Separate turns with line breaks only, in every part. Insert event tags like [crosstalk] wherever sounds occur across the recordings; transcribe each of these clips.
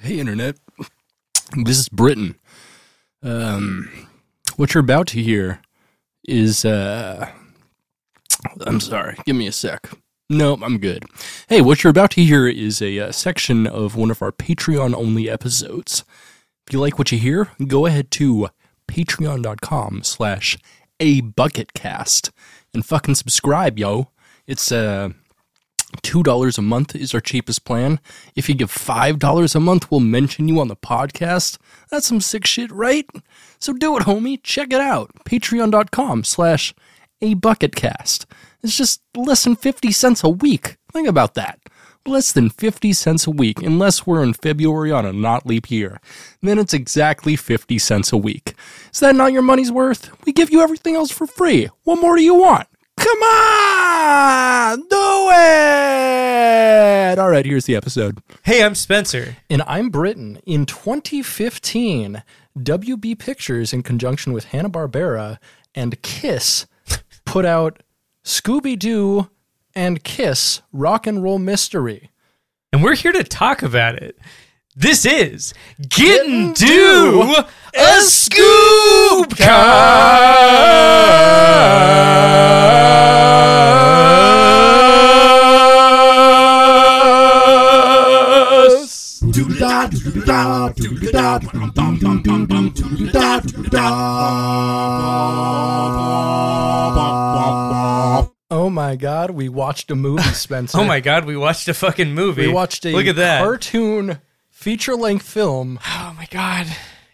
Hey, Internet. This is Britain. Um, what you're about to hear is. Uh, I'm sorry. Give me a sec. Nope, I'm good. Hey, what you're about to hear is a uh, section of one of our Patreon only episodes. If you like what you hear, go ahead to patreon.com slash a bucketcast and fucking subscribe, yo. It's uh two dollars a month is our cheapest plan. If you give five dollars a month, we'll mention you on the podcast. That's some sick shit, right? So do it, homie. Check it out. Patreon.com slash a bucketcast. It's just less than fifty cents a week. Think about that. Less than 50 cents a week, unless we're in February on a not leap year. Then it's exactly 50 cents a week. Is that not your money's worth? We give you everything else for free. What more do you want? Come on! Do it! All right, here's the episode.
Hey, I'm Spencer.
And I'm Britain. In 2015, WB Pictures, in conjunction with Hanna-Barbera and [laughs] Kiss, put out Scooby-Doo and Kiss Rock and Roll Mystery.
And we're here to talk about it. This is Getting Do a Scoop Cast.
Oh my god, we watched a
[laughs]
movie, Spencer.
Oh my god, we watched a fucking movie.
We watched a
Look at that.
cartoon feature-length film.
Oh my god.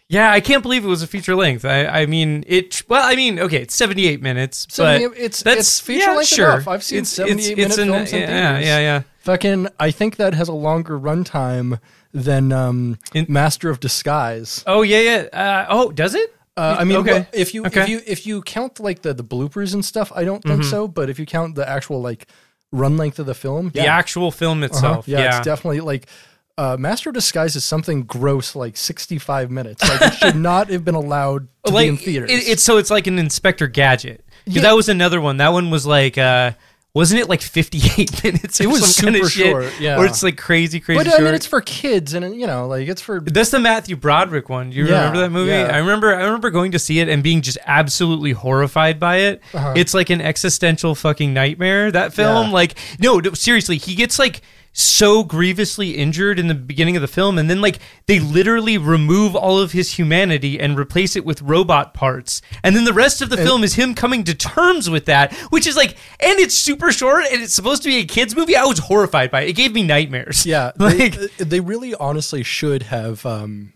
Yeah, I can't believe it was a feature length. I, I mean, it. Well, I mean, okay, it's seventy-eight minutes. But
78 it's-
that's
it's feature-length
yeah, sure.
enough. I've seen 78 minute films in
yeah,
theaters.
yeah, yeah.
Fucking, I think that has a longer runtime than um,
In-
Master of Disguise.
Oh yeah, yeah. Uh, oh, does it?
Uh, I mean,
Okay.
well, if you if
Okay. Mm-hmm.
you if you count like the the bloopers and stuff, I don't think so. But if you count the actual like run length of the film,
The actual film
Uh-huh.
itself.
yeah,
yeah.
it's definitely like. Uh, Master of Disguise is something gross, like sixty-five minutes. Like it should [laughs] not have been allowed to
like
be in theaters.
It, it's so it's like an Inspector Gadget. 'Cause
Yeah.
That was another one. That one was like, uh, wasn't it like fifty eight [laughs] minutes? Or
It was
some kind
super
of shit?
short, yeah.
Or it's like crazy, crazy
but
short.
I mean, it's for kids, and you know, like it's for
That's the Matthew Broderick one. Do you
Yeah,
remember that movie?
yeah.
I remember. I remember going to see it and being just absolutely horrified by it. It's like an existential fucking nightmare. That film,
Uh-huh. Yeah.
like, no, no, seriously, he gets like so grievously injured in the beginning of the film, and then like they literally remove all of his humanity and replace it with robot parts, and then the rest of the film is him coming to terms with that, which is like, and it's super short, and it's supposed to be a kids movie. I was horrified by it. It gave me nightmares.
Yeah, they,
[laughs] like.
they really honestly should have um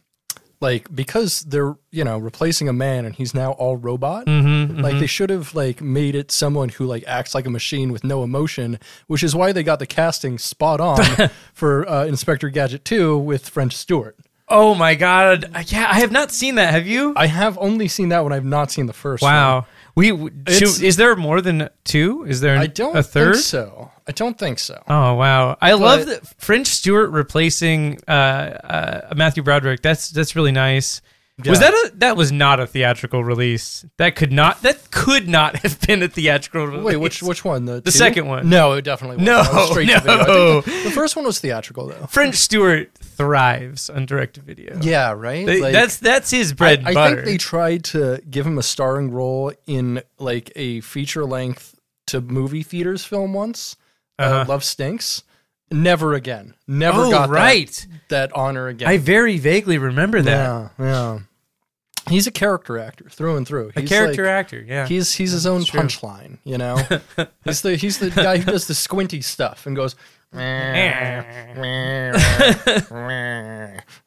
like because they're you know replacing a man and he's now all robot.
Mm-hmm,
like they should have like made it someone who like acts like a machine with no emotion, which is why they got the casting spot
[laughs]
on for uh, Inspector Gadget two with French Stewart.
Oh my god! Yeah, I have not seen that. Have you?
I have only seen that one. I've not seen the first. one.
wow. We w-
It's-
should- is there more than two? Is there an,
I don't
a third?
think so. I don't think so.
Oh wow! I love
But-
that French Stewart replacing uh, uh, Matthew Broderick. That's that's really nice. Was
Yeah.
that a that was not a theatrical release? That could not that could not [laughs] have been a theatrical release.
Wait, which which one? The, two?
second one.
No, it definitely wasn't.
No,
That was straight to video. I
[laughs] no.
think the, the first one was theatrical though.
French Stewart thrives on direct to video.
Yeah, right.
They-
Like-
that's that's his bread
I
and butter.
think they tried to give him a starring role in like a feature length to movie theaters film once. uh Love Stinks. Never again. Never
Uh-huh. Oh,
got that-
right.
That, honor again.
I very vaguely remember that.
yeah, yeah. He's a character actor through and through.
A
He's
character
like-
actor.
[laughs]
Yeah. [laughs]
He's he's his own punchline. You know, he's the he's the guy who does the squinty stuff and goes. uh,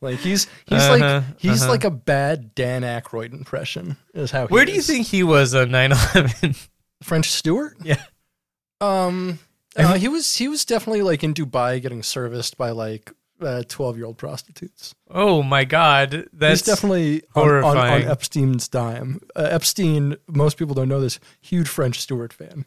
like he's he's
Uh-huh,
like he's like a bad Dan Aykroyd impression is how. He
Where do you
is.
think he was on
[laughs]
9-11?
French Stewart?
Yeah.
Um, uh, he was he was definitely like in Dubai getting serviced by like twelve year old prostitutes.
Oh my God, that's
He's definitely on, on, on
horrifying.
Epstein's dime. Uh, Epstein, most people don't know this, huge French Stewart fan.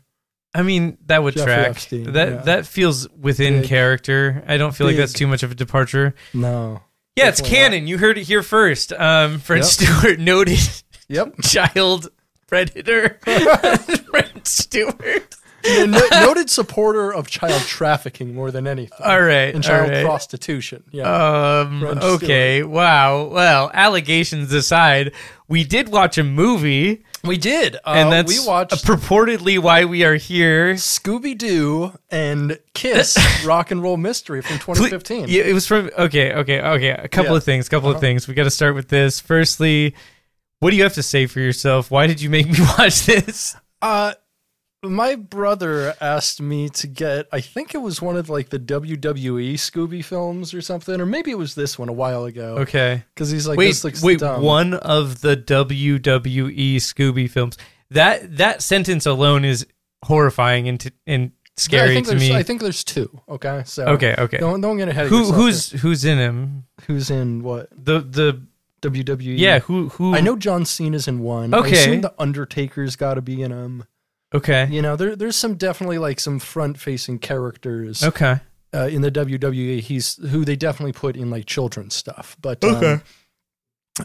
I mean, that would
Jeffrey
track.
Epstein,
that
yeah.
that feels within
Big.
character. I don't feel like that's
Big.
too much of a departure.
No.
Yeah, it's
Definitely not.
canon. You heard it here first. Um, Fred
Yep.
Stewart, [laughs] noted
Yep. [laughs]
child predator. Fred Stewart.
a no- noted supporter of child trafficking more than anything.
All right,
And child
all right.
prostitution. Yeah.
Um,
Grunge
okay, wow. Well, allegations aside, we did watch a movie,
we did. Uh,
and that's
we watched
purportedly why we are here.
Scooby Doo and
[laughs]
Kiss Rock and Roll Mystery from
Ple-
2015.
Yeah, it was from. Okay, okay, okay. A couple
Yeah. Uh-huh.
of things. Couple of things. We got to start with this. Firstly, what do you have to say for yourself? Why did you make me [laughs] watch this?
Uh, my brother asked me to get, I think it was one of like the WWE Scooby films or something, or maybe it was this one a while ago.
Okay.
Because he's like,
wait,
this looks
wait.
dumb.
One of the WWE Scooby films. That that sentence alone is horrifying and t-
Yeah, I
and scary
think
to
there's-
me.
I think there's two. Okay. So
okay, okay.
Don't, don't get ahead of
Who
yourself
who's who's in him?
here. who's in what?
The the
WWE?
yeah. Who who?
I know John Cena's in one. I
Okay.
assume the Undertaker's got to be in them.
Okay.
You know, there, there's some definitely like some front-facing characters
Okay.
uh, in the WWE. He's who they definitely put in like children's stuff. But um,
Okay.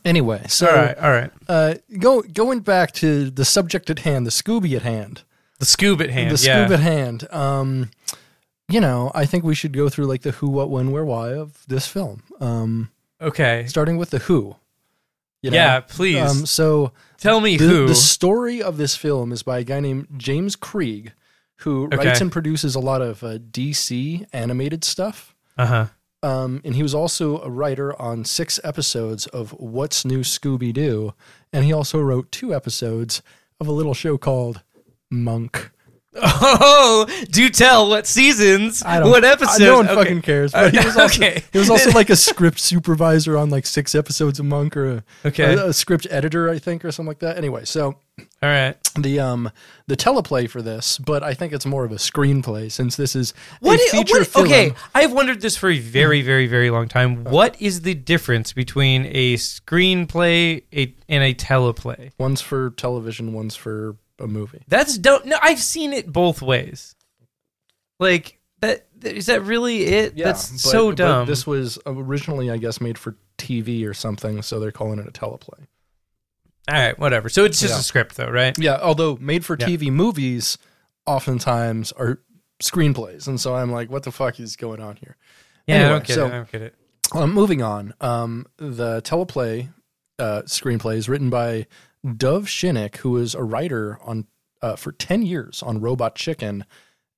anyway, so
all right. All right.
uh, go going back to the subject at hand, the Scooby at hand,
The Scoob at hand.
the
yeah.
Scoob at hand. Um, you know, I think we should go through like the who, what, when, where, why of this film. Um,
okay.
starting with the who. you know?
yeah. Please
Um, so
tell me
the,
who.
the story of this film is by a guy named James Krieg, who
Okay.
writes and produces a lot of uh, DC animated stuff.
uh huh.
Um, and he was also a writer on six episodes of What's New Scooby Doo. And he also wrote two episodes of a little show called Monk.
Oh, do tell what seasons? what episode?
I, uh, no one
Okay.
fucking cares. But
[laughs]
he was also,
Okay.
he was also like a script supervisor on like six episodes of Monk or a,
Okay.
a- a script editor, I think, or something like that. Anyway, so
All right.
the um the teleplay for this, but I think it's more of a screenplay since this is
What,
a
i-
feature
what-
film. Hmm. Oh.
okay, I've wondered this for a very, very, very long time. What is the difference between a screenplay a, and a teleplay?
One's for television, one's for a movie.
That's don't. No, I've seen it both ways. Like that is that really it? That's
but-
so
but
dumb.
this was originally, I guess, made for TV or something, so they're calling it a teleplay.
All right, whatever. So it's just
Yeah.
a script, though, right?
Yeah, although made for
Yeah.
TV movies oftentimes are screenplays, and so I'm like, what the fuck is going on here?
Yeah,
Anyway,
I don't get
so-
it. I don't get it.
Um, moving on, um, the teleplay uh, screenplay is written by Dove Shinnick, who is a writer on uh, for ten years on Robot Chicken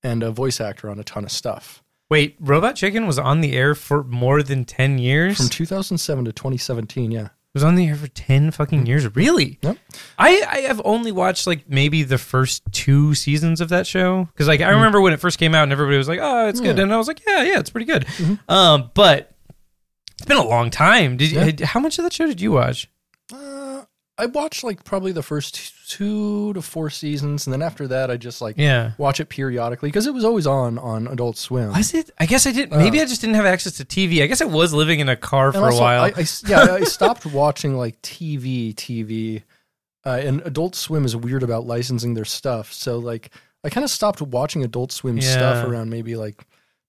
and a voice actor on a ton of stuff
Wait, Robot Chicken was on the air for more than ten years.
from 2007 to 2017. Yeah,
It was on the air for 10 fucking years. Really?
Yep.
I, I have only watched like maybe the first two seasons of that show. Cause like I
Mm-hmm.
remember when it first came out and everybody was like, oh, it's good. And I was like, yeah, yeah, it's pretty good. Um, but it's been a long time. Did you,
Mm-hmm. Yeah.
had- How much of that show did you watch?
uh, I watched like probably the first two to four seasons, and then after that, I just like
Yeah.
watch it periodically because it was always on on Adult Swim.
Was it? I guess I didn't. Maybe I just didn't have access to TV. I guess I was living in a car for
Uh, And
a
also,
while.
I, I s- yeah, I stopped watching like TV, TV, uh, and Adult Swim is weird about licensing their stuff. So like, I kind of stopped watching Adult Swim stuff
Yeah.
around maybe like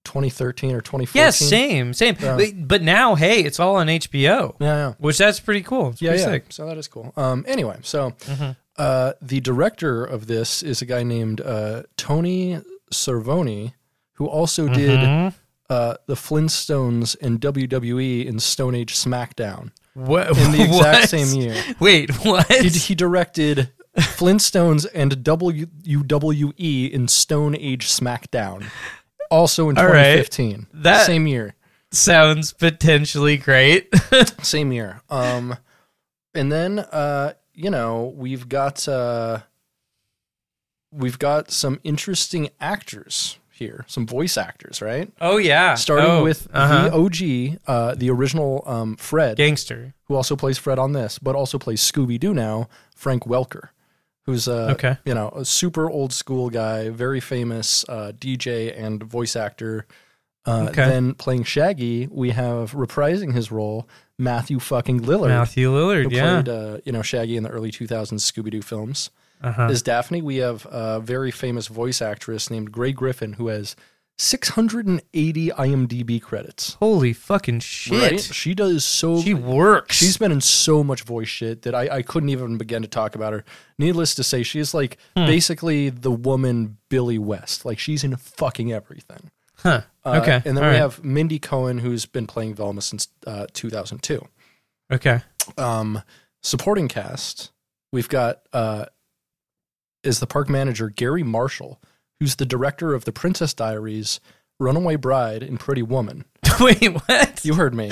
2013 or 2014.
yeah, same, same.
Yeah.
But, but now, hey, it's all on HBO,
Yeah, yeah.
which that's pretty cool. It's
Yeah,
pretty
yeah.
sick. Mm-hmm.
So that is cool. Um, anyway, so uh, the director of this is a guy named uh, Tony Cervone, who also did
Mm-hmm.
uh, the Flintstones and WWE in Stone Age
[laughs]
SmackDown
What?
in the exact
what?
same year.
[laughs] Wait, what?
he, he directed Flintstones and WWE in Stone Age SmackDown, also in
All right.
2015.
That-
same year,
sounds potentially great. [laughs]
same year. Um, and then uh, you know we've got uh, we've got some interesting actors here, some voice actors, right?
oh yeah,
Starting
Oh,
with the OG, uh, the original um, Fred,
gangster.
who also plays Fred on this, but also plays Scooby Doo now, Frank Welker, who's a
Okay.
you know a super old school guy, very famous uh, DJ and voice actor. Uh,
Okay.
Then playing Shaggy, we have reprising his role Matthew fucking Lillard,
Matthew
who
Lillard. Yeah.
played uh, you know Shaggy in the early 2000s Scooby Doo films.
Uh-huh.
As Daphne, we have a very famous voice actress named Gray Griffin, who has 680 IMDb credits.
Holy fucking shit.
Right? She does so
She works.
She's been in so much voice shit that I, I couldn't even begin to talk about her. Needless to say, she is like basically the woman Billy West. Like she's in fucking everything.
huh.
Uh,
okay.
And then
All
we
right.
have Mindy Cohen, who's been playing Velma since uh, 2002.
Okay. [laughs]
Um, supporting cast, we've got uh, is the park manager Gary Marshall, who's the director of The Princess Diaries, Runaway Bride, and Pretty Woman.
Wait, what?
You heard me.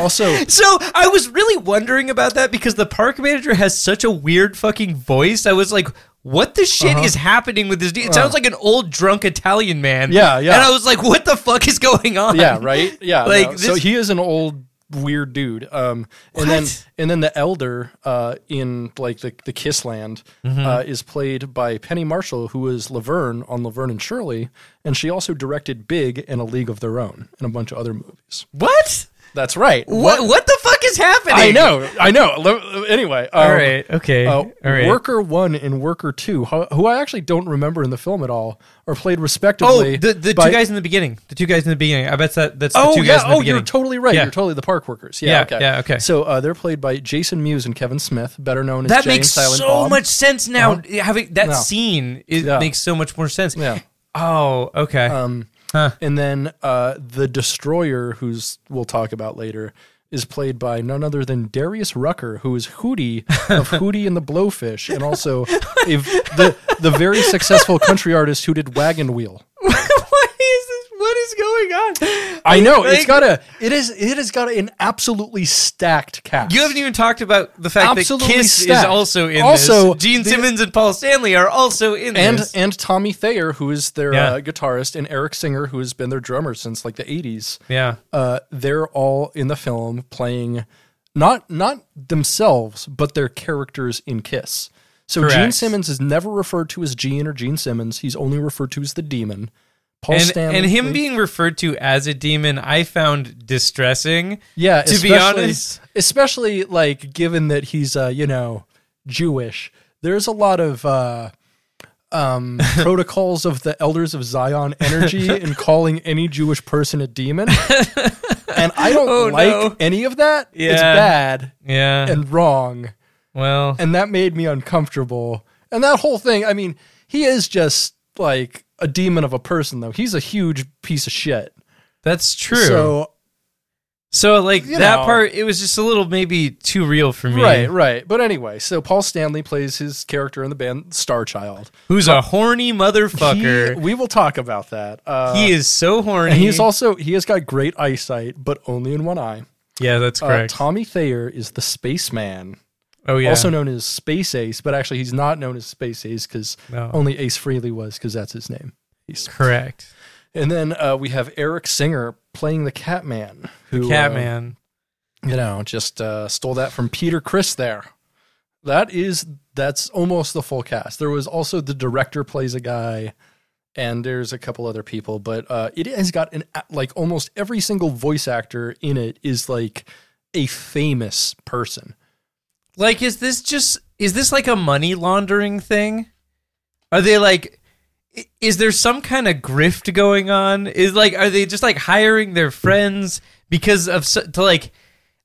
Also,
So I was really wondering about that because the park manager has such a weird fucking voice. I was like, what the shit
Uh-huh.
is happening with this dude? It sounds like an old drunk Italian man.
Yeah, yeah.
And I was like, what the fuck is going
[laughs]
on? [laughs]
yeah, right. Yeah,
Like,
no. so
this-
he is an old weird dude. Um, and then
What?
and then the elder uh, in like the the Kiss Land
Mm-hmm.
uh, is played by Penny Marshall, who is Laverne on Laverne and Shirley, and she also directed Big and A League of Their Own and a bunch of other movies.
What?
That's right.
What? What the fuck is happening?
I know, I know. Lo- Anyway, um,
All right. Okay.
uh,
All right.
Worker one and worker two, who, who I actually don't remember in the film at all, are played
oh,
respectively.
the, the
by-
two guys in the beginning. The two guys in the beginning. I bet that that's the
Oh
two
yeah.
guys in the
oh,
beginning.
you're totally right.
Yeah.
You're totally the park workers. Yeah.
Yeah,
okay.
yeah, okay.
So uh, they're played by Jason Mewes and Kevin Smith, better known as
that
Jay
makes
and Silent
so
Bob. Uh-huh.
much sense now. Having that
Yeah.
scene, it
Yeah.
makes so much more sense.
Yeah.
Oh, okay.
Um,
Huh.
And then uh, the destroyer, who's we'll talk about later, is played by none other than Darius Rucker, who is Hootie
[laughs]
of Hootie and the Blowfish, and also a, the the very successful country artist who did Wagon Wheel.
[laughs] what is this? What is going on?
I know it's
Like,
got a it is it has got an absolutely stacked cast.
You haven't even talked about the fact
Absolutely
that Kiss is
stacked.
also in
Also,
this. Gene
the-
Simmons and Paul Stanley are also in
and
this.
and Tommy Thayer, who is their
Yeah.
uh, guitarist, and Eric Singer, who has been their drummer since like the '80s.
Yeah.
Uh, they're all in the film playing not not themselves, but their characters in Kiss. So Gene
Correct.
Simmons is never referred to as Gene or Gene Simmons. He's only referred to as the Demon. Paul
And,
Stanley
and him being referred to as a demon, I found distressing.
yeah,
to be
especially-
honest.
especially like given that he's uh, you know Jewish. There's a lot of. Uh,
[laughs]
um, protocols of the elders of Zion energy in calling any Jewish person a
[laughs]
demon. and I don't
Oh,
like
no.
any of that. It's
Yeah.
bad
Yeah.
and wrong.
well,
And that made me uncomfortable. And that whole thing, I mean, he is just like a demon of a person, though. He's a huge piece of shit.
that's true.
So,
So like
You
that
know.
part, it was just a little maybe too real for me.
right, right. But anyway, so Paul Stanley plays his character in the band Star Child.
Who's a horny motherfucker?
He-
He,
we will talk about that. Uh,
is so horny.
and he's also, he has got great eyesight, but only in one eye.
yeah, that's
Uh,
correct.
Tommy Thayer is the spaceman,
oh yeah.
also known as Space Ace, but actually he's not known as Space Ace because
No.
only Ace Frehley was because that's his name.
correct.
And then uh, we have Eric Singer playing the Catman, who um,
Catman.
uh, you know, just uh, stole that from Peter Chris. There, that is that's almost the full cast. There was also the director plays a guy, and there's a couple other people, but uh, it has got an like almost every single voice actor in it is like a famous person.
Like, is this just is this like a money laundering thing? Are they like? i- Is there some kind of grift going on? Is like, are they just like hiring their friends because of so- to like?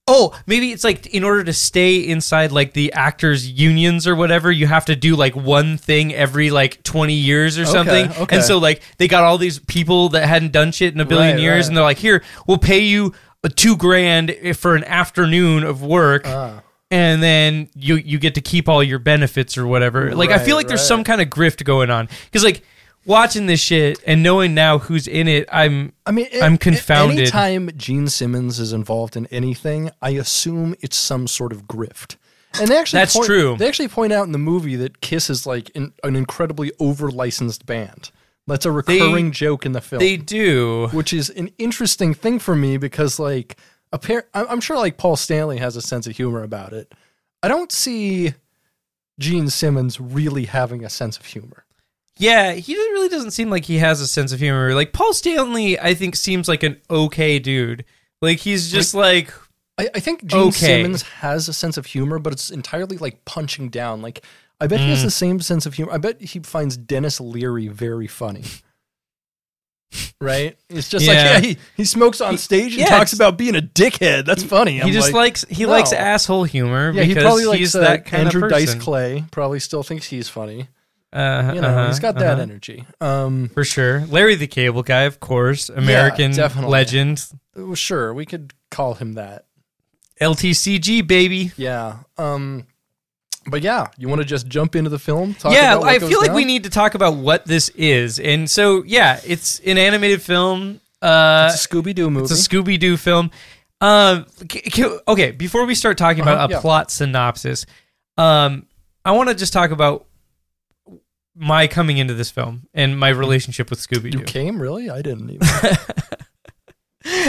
Oh, maybe it's like in order to stay inside like the actors' unions or whatever, you have to do like one thing every like twenty years or something.
okay.
And so like they got all these people that hadn't done shit in a billion
Right,
years,
right.
and they're like, here, we'll pay you uh, two grand i- for an afternoon of work
Ah.
and then you you get to keep all your benefits or whatever. Like I feel
Right,
like there's
right.
some kind of grift going on because like watching this shit and knowing now who's in it, I'm
I mean, it,
I'm confounded.
Anytime Gene Simmons is involved in anything, I assume it's some sort of grift. And they actually
That's
point-
true.
They actually point out in the movie that Kiss is like an, an incredibly over licensed band. That's a recurring joke in the film,
they do.
which is an interesting thing for me because, like, appar- I'm I'm sure like Paul Stanley has a sense of humor about it. I don't see Gene Simmons really having a sense of humor.
Yeah, he doesn't- really doesn't seem like he has a sense of humor. Like Paul Stanley, I think seems like an okay dude. Like he's just like
I, I think Gene
Okay.
Simmons has a sense of humor, but it's entirely like punching down. Like I
Mm. [laughs]
bet he has the same sense of humor. I bet he finds Dennis Leary very funny. right? It's just
Yeah.
like yeah, he, he smokes on stage and
yeah,
talks
it's-
about being a dickhead. That's funny.
He just likes he
no.
likes asshole humor
yeah,
because
he probably likes
he's
uh,
that kind
Andrew
of
Dice
person.
Clay. Probably still thinks he's funny.
Uh,
You know,
uh-huh,
he's got that
uh-huh.
energy. Um,
for sure. Larry the Cable Guy, of course, American
definitely.
legend,
well, sure, we could call him that.
LTCG baby.
Yeah. Um, but yeah, you want to just jump into the film? Talk
yeah,
about what
I
goes
feel like we
down?
need to talk about what this is, and so yeah, it's an animated film. Uh,
It's a Scooby Doo movie.
It's a Scooby Doo film. Um, c- c- okay, before we start talking
Uh-huh,
about a
yeah.
plot synopsis, um, I want to just talk about my coming into this film and my relationship with Scooby
you
Doo.
came really? I didn't even.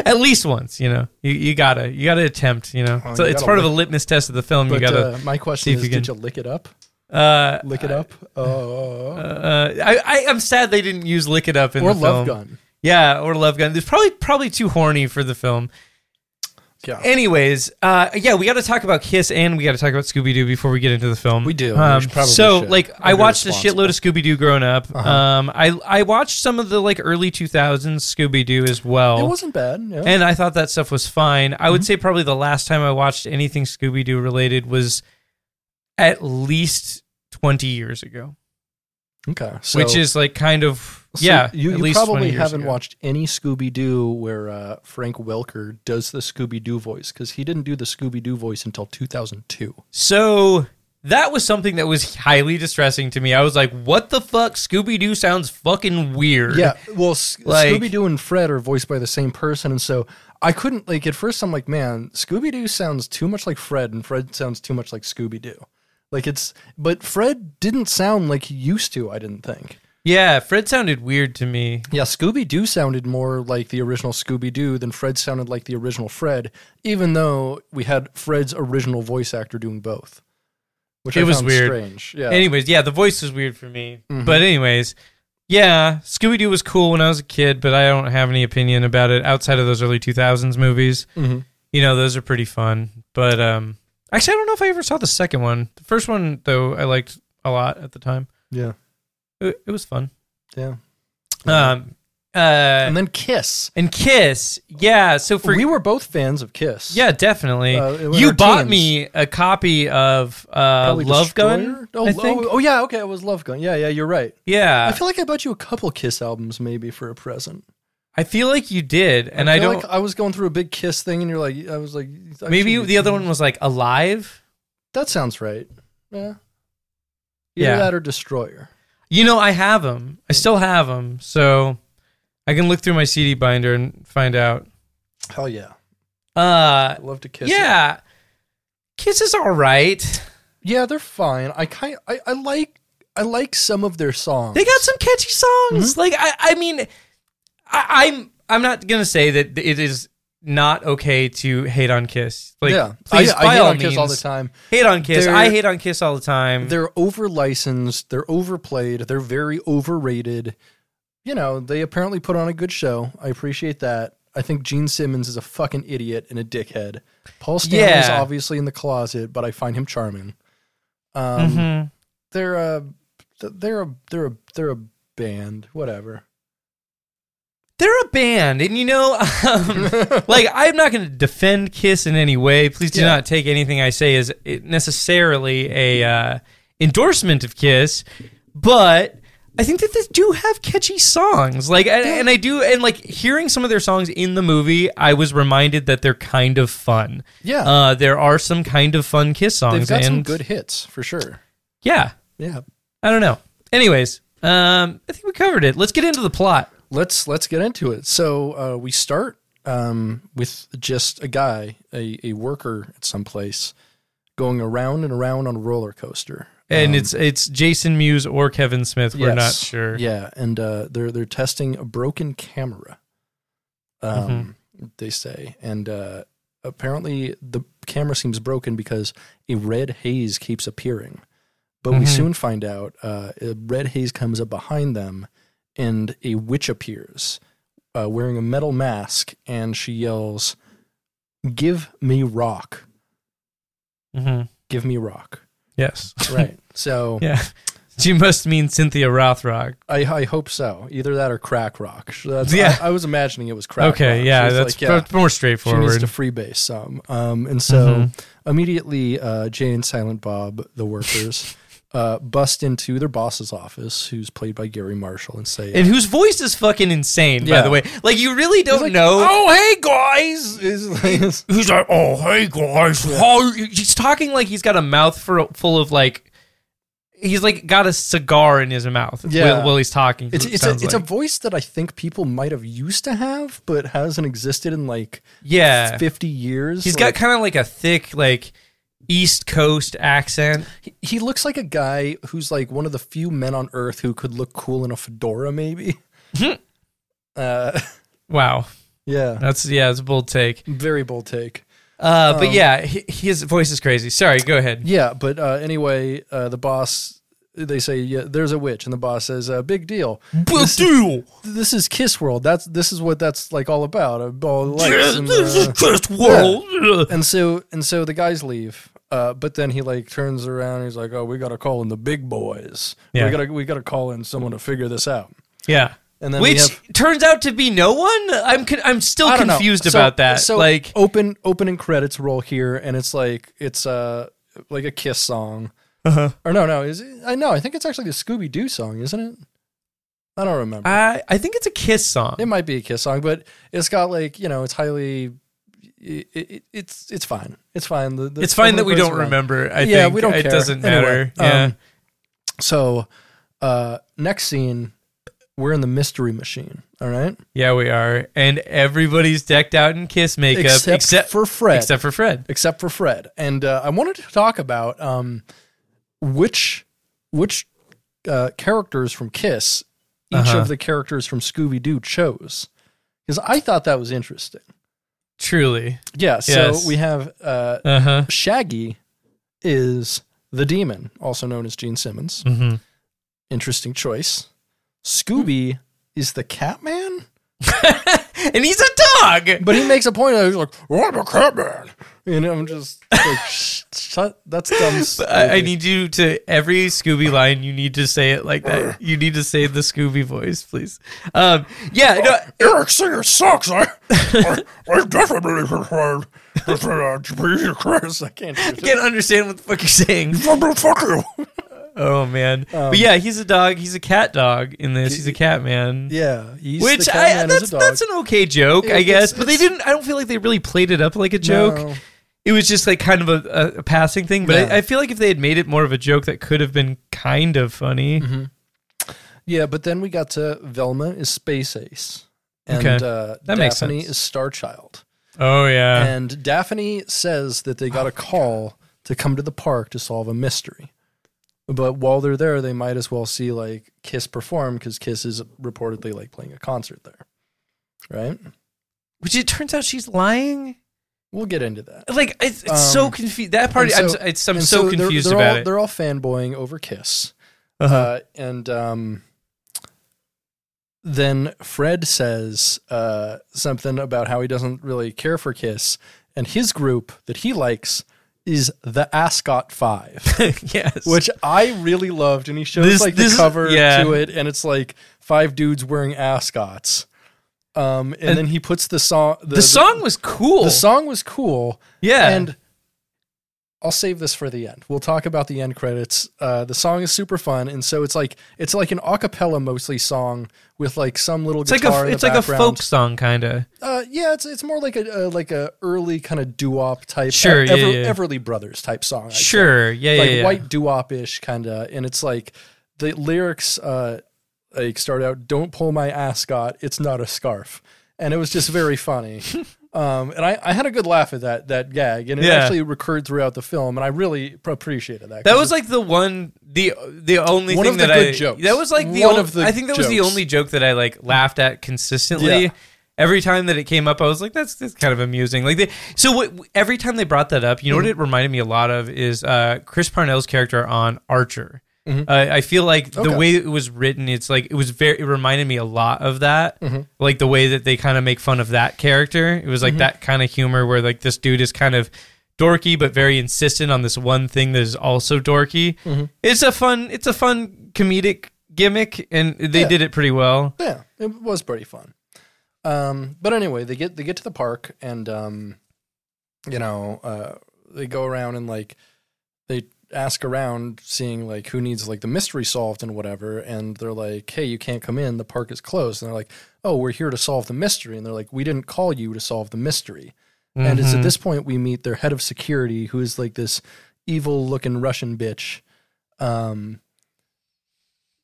At least once, you know, you, you gotta you gotta attempt, you know.
Oh,
so
you
it's
gotta
part of a
lick-
litmus test of the film.
But
you gotta.
uh, my question
see if
is,
you
did
can-
you lick it up?
Uh, uh,
Lick it up? Oh, oh, oh.
I, I I'm sad they didn't use lick it up in
or
the film.
Love Gun?
Yeah, or Love Gun. It's probably probably too horny for the film.
Yeah.
Anyways, uh, yeah, we got to talk about Kiss and we got to talk about Scooby Doo before we get into the film.
We do.
Um,
We probably
so,
should.
like, I
We're
watched a
responsible. Uh-huh.
shitload of Scooby Doo growing up. Um, I I watched some of the like early two thousands Scooby Doo as
it
well,
wasn't bad. Yeah.
and I thought that stuff was fine. I
Mm-hmm.
would say probably the last time I watched anything Scooby Doo related was at least twenty years ago,
okay. So,
which is like kind of
so
yeah.
You,
at
you
least 20
probably
years
haven't
ago.
watched any Scooby Doo where uh, Frank Welker does the Scooby Doo voice because he didn't do the Scooby Doo voice until 2002.
So that was something that was highly distressing to me. I was like, what the fuck? Scooby Doo sounds fucking weird.
Yeah,
[laughs]
well, S-
Like-
Scooby Doo and Fred are voiced by the same person, and so I couldn't like at first. I'm like, man, Scooby Doo sounds too much like Fred, and Fred sounds too much like Scooby Doo. Like it's, but Fred didn't sound like he used to. I didn't think.
Yeah, Fred sounded weird to me.
Yeah, Scooby Doo sounded more like the original Scooby Doo than Fred sounded like the original Fred, even though we had Fred's original voice actor doing both. Which
It
I
was
found
weird.
strange. Yeah. Mm-hmm.
Anyways, yeah, the voice was weird for me. But, anyways, yeah, Scooby Doo was cool when I was a kid, but I don't have any opinion about it outside of those early 2000s movies.
Mhm.
You know, those are pretty fun. But, um, actually, I don't know if I ever saw the second one. The first one, though, I liked a lot at the time.
Yeah.
It, it was fun.
Yeah.
Um, uh,
And then Kiss.
and Kiss, yeah. So for
we were both fans of Kiss.
Yeah, definitely.
Uh, when
you
our
bought
teens-
me a copy of uh,
Probably
Love Gun.
Destroyer? Oh,
I think. Uh,
oh, oh, yeah. Okay. It was Love Gun. Yeah. Yeah. You're right.
yeah,
I feel like I bought you a couple Kiss albums maybe for a present.
like you did, and I,
feel
don't.
Like I was going through a big Kiss thing, and you're like, I was like, I
maybe
should-
the other one was like Alive.
That sounds right. Yeah. Either
Yeah.
that or Destroyer.
You know, I have them. I still have them, so I can look through my CD binder and find out.
Hell yeah.
Uh,
I love to kiss. it.
yeah, Kiss is all right.
Yeah, they're fine. I kind I, I like I like some of their songs.
They got some catchy songs. Mm-hmm. Like I, I mean, I, I'm I'm not gonna say that it is not okay to hate on Kiss. Like,
yeah.
please,
I,
by
I hate
all
on Kiss all the
means.
time.
Hate on Kiss.
They're-
I hate on Kiss all the time.
They're over licensed. They're overplayed. They're very overrated. You know, they apparently put on a good show. I appreciate that. I think Gene Simmons is a fucking idiot and a dickhead. Paul Stanley is
Yeah.
obviously in the closet, but I find him charming. Um,
Mhm.
They're a they're a they're a they're a band. Whatever.
They're a band, and you know, [laughs] um, like I'm not going to defend Kiss in any way. Please do
Yeah.
not take anything I say as it- necessarily a uh, endorsement of Kiss, but. I think that they do have catchy songs, like, and, and I do, and like hearing some of their songs in the movie, I was reminded that they're kind of fun.
Yeah.
uh, there are some kind of fun Kiss songs.
They've got
and
some good hits for sure.
yeah,
Yeah.
I don't know. Anyways, um, I think we covered it. Let's get into the plot.
let's let's get into it. So uh, we start um, with just a guy, a, a worker at some place, going around and around on a roller coaster.
And it's it's Jason Mewes or Kevin Smith. We're
Um, Yes.
not sure.
Yeah, and uh, they're they're testing a broken camera. Um,
Mm-hmm.
they say, and uh, apparently the camera seems broken because a red haze keeps appearing. But we
Mhm.
soon find out uh, a red haze comes up behind them, and a witch appears, uh, wearing a metal mask, and she yells, "Give me rock!
Mhm.
Give me rock!"
[laughs] Yes.
Right. So
Yeah. You must mean Cynthia Rothrock.
I, I hope so. Either that or crack rock. So that's-
Yeah.
I, I was imagining it was crack.
Okay,
rock.
yeah,
She was
that's
like, yeah,
p- more
she needs
straightforward.
to freebase some. Um, and so
Mm-hmm.
immediately, uh, Jay and Silent Bob, the workers, [laughs] uh, bust into their boss's office, who's played by Gary Marshall, and say,
and whose voice is fucking insane, by
Yeah.
the way. Like you really don't know.
"Oh, hey
[laughs]
guys!" It's like-
He's like, oh, hey guys. Oh, he's talking like he's got a mouth for, full of like, he's like got a cigar in his mouth
Yeah.
while, while he's talking.
It's
it
it's a,
sounds
it's a
like.
voice that I think people might have used to have, but hasn't existed in like
yeah.
fifty years.
He's
He's
got kind of like a thick like East Coast accent.
he looks like a guy who's like one of the few men on Earth who could look cool in a fedora, maybe. [laughs] uh,
Wow,
yeah,
that's yeah, that's a bold take.
very bold take.
Uh, but
Um,
yeah, hi- his voice is crazy. Sorry, go ahead.
Yeah, but uh, anyway, uh, the boss. They say yeah, there's a witch, and the boss says, uh, "Big deal. This,
deal.
this is Kiss World. That's this is what that's like all about. uh, All the lights and, uh,
Chris
World. and so and so the guys leave uh, but then he like turns around and he's like oh we gotta call in the big boys
Yeah.
we gotta we gotta call in someone to figure this out
Yeah.
and then we
Which
have-
turns out to be no one. I'm con- I'm still
I don't know.
confused
So-
about that.
so oh,
like,
open opening credits roll here and it's like it's uh like a kiss song or no no is it, i know i think it's actually the scooby-doo song isn't it i don't remember
I I think it's a Kiss song.
it might be a kiss song but it's got like you know it's highly it, it, it's it's fine it's fine the, the
It's fine that
opening
we
credits
don't
are fine.
remember. I
yeah,
think.
we don't
It
care.
doesn't matter.
Anyway,
yeah.
um, so, uh, next scene, we're in the mystery machine. All right,
yeah, we are, and everybody's decked out in Kiss makeup
except,
except
for Fred. Except,
except for Fred.
for Fred. And uh, I wanted to talk about um, which which uh, characters from Kiss each
Uh-huh.
of the characters from Scooby Doo chose, because I thought that was interesting.
Truly.
Yeah. So
Yes.
we have uh,
Uh huh.
Shaggy is the demon, also known as Gene Simmons.
Mm-hmm.
Interesting choice. Scooby is the Catman,
and he's a dog.
but he makes a point. Of, he's like, "I'm the Catman," and I'm just like, [laughs] "Shh, "Shut, that's
[laughs]
dumb."
I, I
Scooby."
need you to every Scooby line. You need to say it
[laughs]
like that. You need to say the Scooby voice, please. Um, yeah, no,
Eric Singer sucks. I, I, I definitely prefer prefer to be Chris.
I can't. Do
I
it.
can't understand what the fuck you're saying.
Fuck you.
Oh man,
Um,
but yeah, he's a dog. He's a cat dog in this. He's a cat man.
Yeah, he's
Which
the
I
Catman
that's
is a dog.
that's an okay joke, I
It-
guess.
it's-
But they didn't. I don't feel like they really played it up like a joke.
No.
It was just like kind of a, a, a passing thing. But
Yeah.
I, I feel like if they had made it more of a joke, that could have been kind of funny.
Mm-hmm. Yeah, but then we got to Velma is Space Ace, and
Okay.
uh,
That makes
Daphne
sense.
is Star Child.
Oh yeah.
and Daphne says that they
Oh
got a call to come to the park to solve a mystery. But while they're there, they might as well see like Kiss perform because Kiss is reportedly like playing a concert there. Right?
Which it turns out she's lying.
We'll get into that.
Like it's, it's
Um,
so confused. That part,
and
I'm,
so-
s- it's, I'm
And
so,
they're-
confused
they're
about
all,
it.
They're all fanboying over Kiss.
Uh-huh.
Uh, and um, then Fred says uh, something about how he doesn't really care for Kiss, and his group that he likes is the Ascot Five. [laughs]
[laughs] yes.
which I really loved. And he shows
This-
like
this
the
is-
cover
yeah.
to it, and it's like five dudes wearing ascots. Um, and,
And-
then he puts the song.
the, song was cool.
The, song was cool,
yeah.
and I'll save this for the end. We'll talk about the end credits. Uh, the song is super fun, and so it's like it's like an a cappella mostly song with like some little
it's like
guitar.
a
in
it's
the
like a
background.
folk song kind of.
Uh, yeah, it's it's more like a, uh like a early kind of doo-wop type. uh,
Sure, yeah,
Ever-
yeah.
Everly Brothers type song. I'd say
Sure. Yeah. Yeah.
like
yeah.
white doo-wop ish kind of and it's like the lyrics uh like start out don't pull my ascot it's not a scarf and it was just very
[laughs]
funny um and i i had a good laugh at that that gag and it
Yeah.
actually recurred throughout the film and i really pr- appreciated that
That was like the one, the the only
One
thing
of the
that
good
I
jokes.
that was like the
One
only,
of the
I think that was the
jokes.
only joke that I like laughed at consistently.
Yeah.
Every time that it came up, I was like, "That's that's kind of amusing." Like, they, so what, every time they brought that up, you know what it
Mm-hmm.
reminded me a lot of is uh, Chris Parnell's character on Archer. Uh, I feel like the
Mm-hmm. Okay.
way it was written, it's like it was very. It reminded me a lot of that,
Mm-hmm.
like the way that they kind of make fun of that character. It was like that kind of humor where like this dude is kind of dorky but very insistent on this one thing that is also dorky.
Mm-hmm.
It's a fun it's a fun comedic gimmick and they
Yeah.
did it pretty well.
Yeah, it was pretty fun. Um, but anyway, they get they get to the park and um, you know uh, they go around and like they ask around, seeing like who needs like the mystery solved and whatever. And they're like, "Hey, you can't come in. The park is closed." And they're like, "Oh, we're here to solve the mystery." And they're like, "We didn't call you to solve the mystery." And it's at this point we meet their head of security, who is like this evil looking Russian bitch. Um,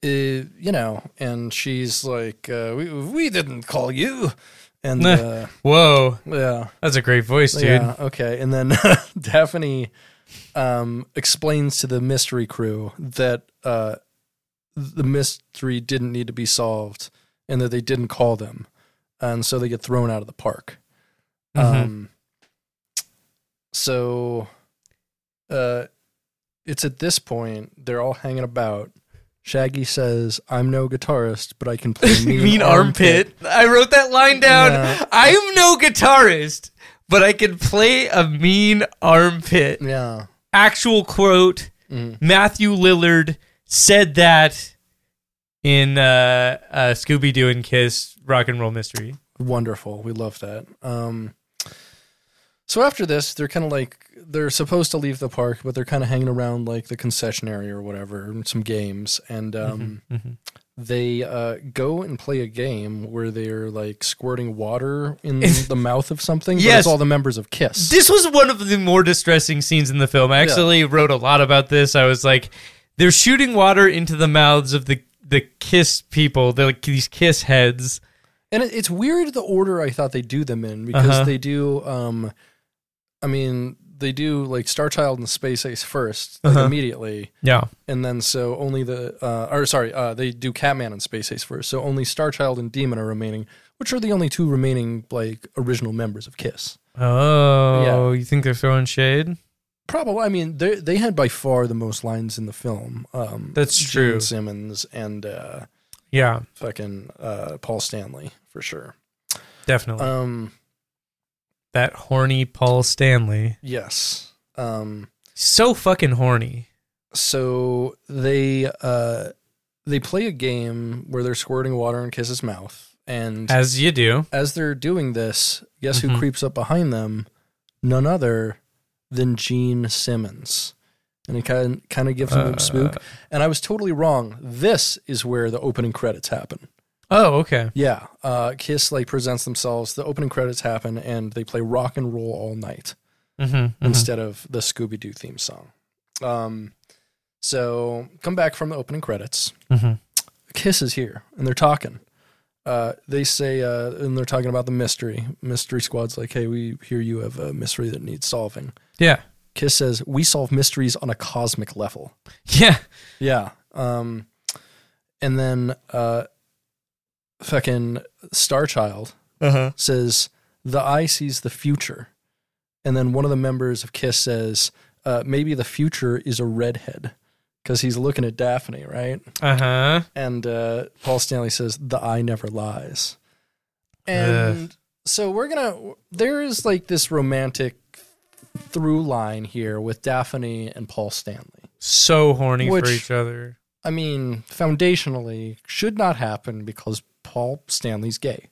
uh, you know, and she's like, uh, we, we didn't call you. And
Nah.
uh,
Whoa,
yeah,
that's a great voice, dude.
yeah, okay. And then [laughs] Daphne um, explains to the mystery crew that uh, the mystery didn't need to be solved and that they didn't call them. And so they get thrown out of the park.
Mm-hmm.
Um, so uh, it's at this point, they're all hanging about. Shaggy says, I'm no guitarist, but I can play
[laughs]
mean,
mean armpit. I wrote that line down.
Yeah.
I'm no guitarist, but I can play a mean armpit.
Yeah.
Actual quote
Mm.
Matthew Lillard said that in uh, uh, Scooby Doo and Kiss Rock and Roll Mystery.
wonderful. We love that. Um, so after this, they're kind of like they're supposed to leave the park, but they're kind of hanging around like the concessionary or whatever, and some games, and
Mm-hmm,
um, they uh, go and play a game where they're like squirting water in the mouth of something. but
Yes.
it's all the members of Kiss.
This was one of the more distressing scenes in the film. I actually wrote a lot about this. I was like, they're shooting water into the mouths of the the kiss people. They're like these kiss heads.
And it, it's weird the order I thought they do them in because
Uh-huh.
they do. Um, I mean, they do like Star Child and Space Ace first like,
Uh-huh.
immediately.
Yeah.
and then so only the uh, or sorry, uh, they do Catman and Space Ace first, so only Starchild and Demon are remaining, which are the only two remaining like original members of Kiss.
Oh, you think they're throwing shade?
Probably, I mean, they they had by far the most lines in the film. Um,
That's
Gene
true.
Simmons and uh,
Yeah,
fucking uh, Paul Stanley for sure.
definitely.
Um,
that horny Paul Stanley.
yes. Um,
So fucking horny.
so they uh, they play a game where they're squirting water in Kiss's mouth, and
As you do.
as they're doing this, guess
Mhm.
who creeps up behind them? None other than Gene Simmons. And it kind of, kind of gives them a spook. And I was totally wrong. This is where the opening credits happen.
Oh, okay.
Yeah, uh, Kiss like presents themselves. The opening credits happen, and they play rock and roll all night
Mm-hmm.
instead of the Scooby Doo theme song. Um, so come back from the opening credits.
Mhm.
Kiss is here, and they're talking. Uh, they say, uh, and they're talking about the mystery. Mystery Squad's like, hey, we hear you have a mystery that needs solving.
Yeah. [laughs]
Kiss says, we solve mysteries on a cosmic level.
Yeah.
Yeah. Um, and then uh, fucking Starchild
Uh-huh.
says, the eye sees the future. And then one of the members of Kiss says, uh, maybe the future is a redhead because he's looking at Daphne, right?
Uh-huh.
And uh, Paul Stanley says, "The eye never lies." And so we're gonna. There is like this romantic through line here with Daphne and Paul Stanley.
So horny
Which-
for each other.
I mean, foundationally, should not happen because Paul Stanley's
[laughs]
gay.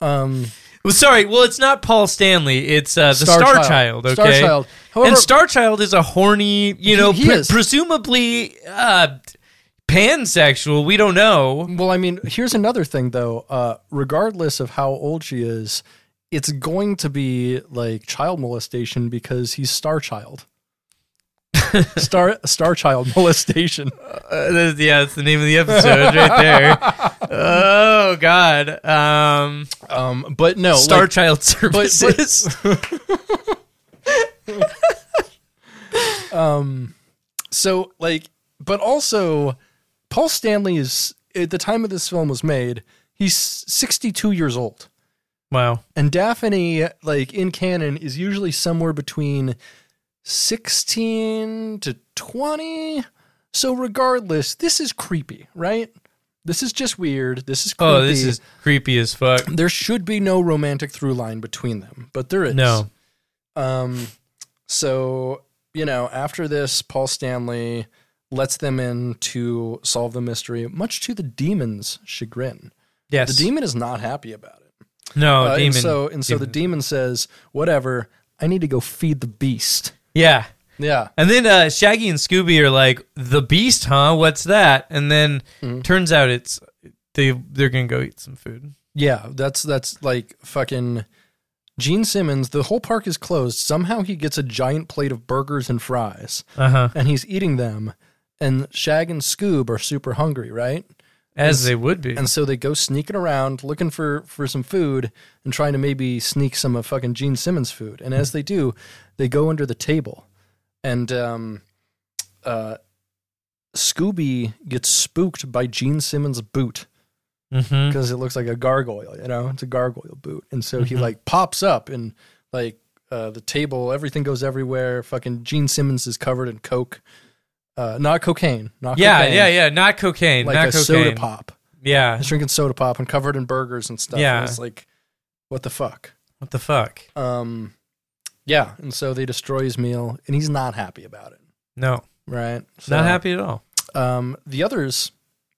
um,
Well, sorry. Well, it's not Paul Stanley. It's uh, the Star, Child. Okay.
Starchild. However,
and Star Child is a horny, you know,
He- he
pre-
is.
presumably uh, pansexual. We don't know.
Well, I mean, here's another thing though. Uh, regardless of how old she is, it's going to be like child molestation because he's star child. [laughs] star star child molestation.
Uh, that's- yeah, that's the name of the episode right
[laughs]
there. oh God. Um,
Um, but no,
Star
like,
Child Services.
[laughs]
[laughs]
so like, but also, Paul Stanley is at the time of this film was made. He's 62 years old,
wow.
and Daphne, like in canon, is usually somewhere between 16 to 20. So, regardless, this is creepy, right? This is just weird. This is creepy.
Oh, this is creepy as fuck.
There should be no romantic through line between them, but there is.
No.
Um, so, you know, after this, Paul Stanley lets them in to solve the mystery, much to the demon's chagrin. The
Yes.
demon is not happy about it.
No,
Uh,
demon.
And so, and so the demon says, whatever, I need to go feed the beast.
yeah.
Yeah.
And then uh, Shaggy and Scooby are like, "The Beast, huh? What's that?" And then
Mm.
turns out it's they they're gonna go eat some food.
Yeah. That's, that's like fucking Gene Simmons. The whole park is closed. Somehow he gets a giant plate of burgers and fries
Uh huh.
and he's eating them. And Shag and Scoob are super hungry, right?
As they would be.
And so they go sneaking around looking for for some food and trying to maybe sneak some of fucking Gene Simmons food. And as they do, they go under the table, and um, uh, Scooby gets spooked by Gene Simmons' boot
hmm
because it looks like a gargoyle. You know, it's a gargoyle boot, and so
Mm-hmm.
he like pops up and like uh, the table, everything goes everywhere. Fucking Gene Simmons is covered in coke, uh, not cocaine, not
Yeah,
cocaine,
yeah, yeah. Not cocaine.
like
not
a
cocaine.
soda pop.
Yeah.
He's drinking soda pop and covered in burgers and stuff.
Yeah.
And it's like, what the fuck?
What the fuck?
Um, yeah. And so they destroy his meal and he's not happy about it.
No,
Right. So,
not happy at all.
Um, the others,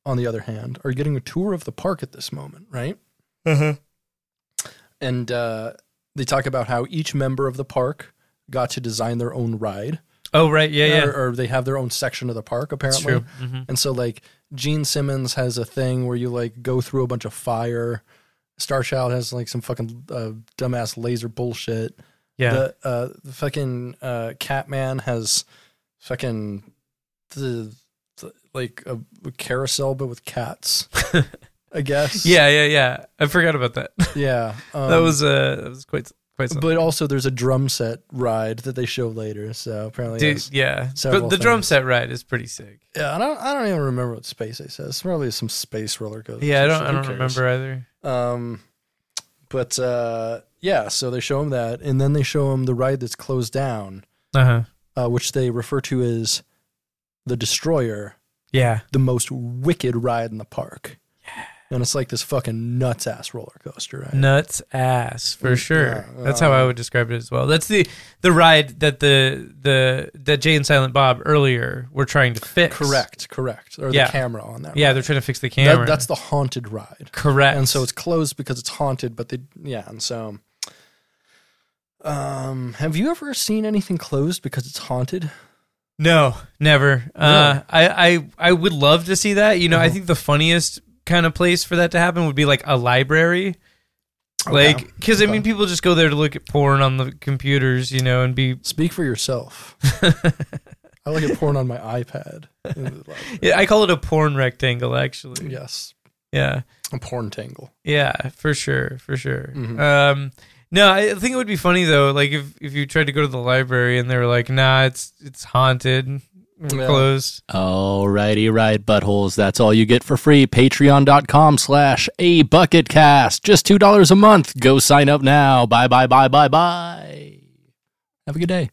on the other hand, are getting a tour of the park at this moment. Right.
Uh-huh.
And uh, they talk about how each member of the park got to design their own ride
Oh right, yeah, yeah.
or, or they have their own section of the park apparently.
true. Mhm.
And so like Gene Simmons has a thing where you like go through a bunch of fire. Starchild has like some fucking uh, dumbass laser bullshit.
Yeah.
The, uh, the fucking uh, Catman has fucking the, the- like a, a carousel but with
[laughs]
cats. I guess.
yeah, yeah, yeah. I forgot about that. [laughs]
Yeah. Um,
that was uh, that was quite quite something.
But also, there's a drum set ride that they show later. So apparently,
Dude,
that's-
yeah.
Several
But the drum
things.
set ride is pretty sick.
yeah. I don't. I don't even remember what space they says. It's probably some space roller coaster.
Yeah, I
or
don't I
something. Who
don't
cares?
remember either.
Um, but uh, yeah, so they show him that, and then they show him the ride that's closed down,
Uh huh.
uh, which they refer to as the Destroyer,
Yeah.
the most wicked ride in the park. And it's like this fucking nuts ass roller coaster, right?
Nuts ass for sure.
yeah, uh-huh.
That's how I would describe it as well. That's the the ride that the the that Jay and Silent Bob earlier were trying to fix.
Correct, correct. Or
Yeah.
the camera on that.
Yeah,
ride.
they're trying to fix the
That-
camera.
that's the haunted ride.
correct.
and so it's closed because it's haunted but they yeah and so um have you ever seen anything closed because it's haunted
No, never. Uh, I, I I would love to see that. You know, I think the funniest kind of place for that to happen would be like a library. Like, because I mean, people just go there to look at porn on the computers, you know, and be.
speak for
[laughs]
yourself i look at porn on my ipad [laughs]
Yeah, I call it a porn rectangle, actually.
yes
Yeah,
a porn tangle
yeah, for sure, for sure.
Mhm.
Um, no, I think it would be funny though. Like, if if you tried to go to the library and they were like, "Nah, it's it's haunted, we're
Yeah.
closed."
Alrighty, right, buttholes. That's all you get for free. Patreon.com slash a bucket cast. Just $2 a month. Go sign up now. Bye, bye, bye, bye, bye. Have a good day.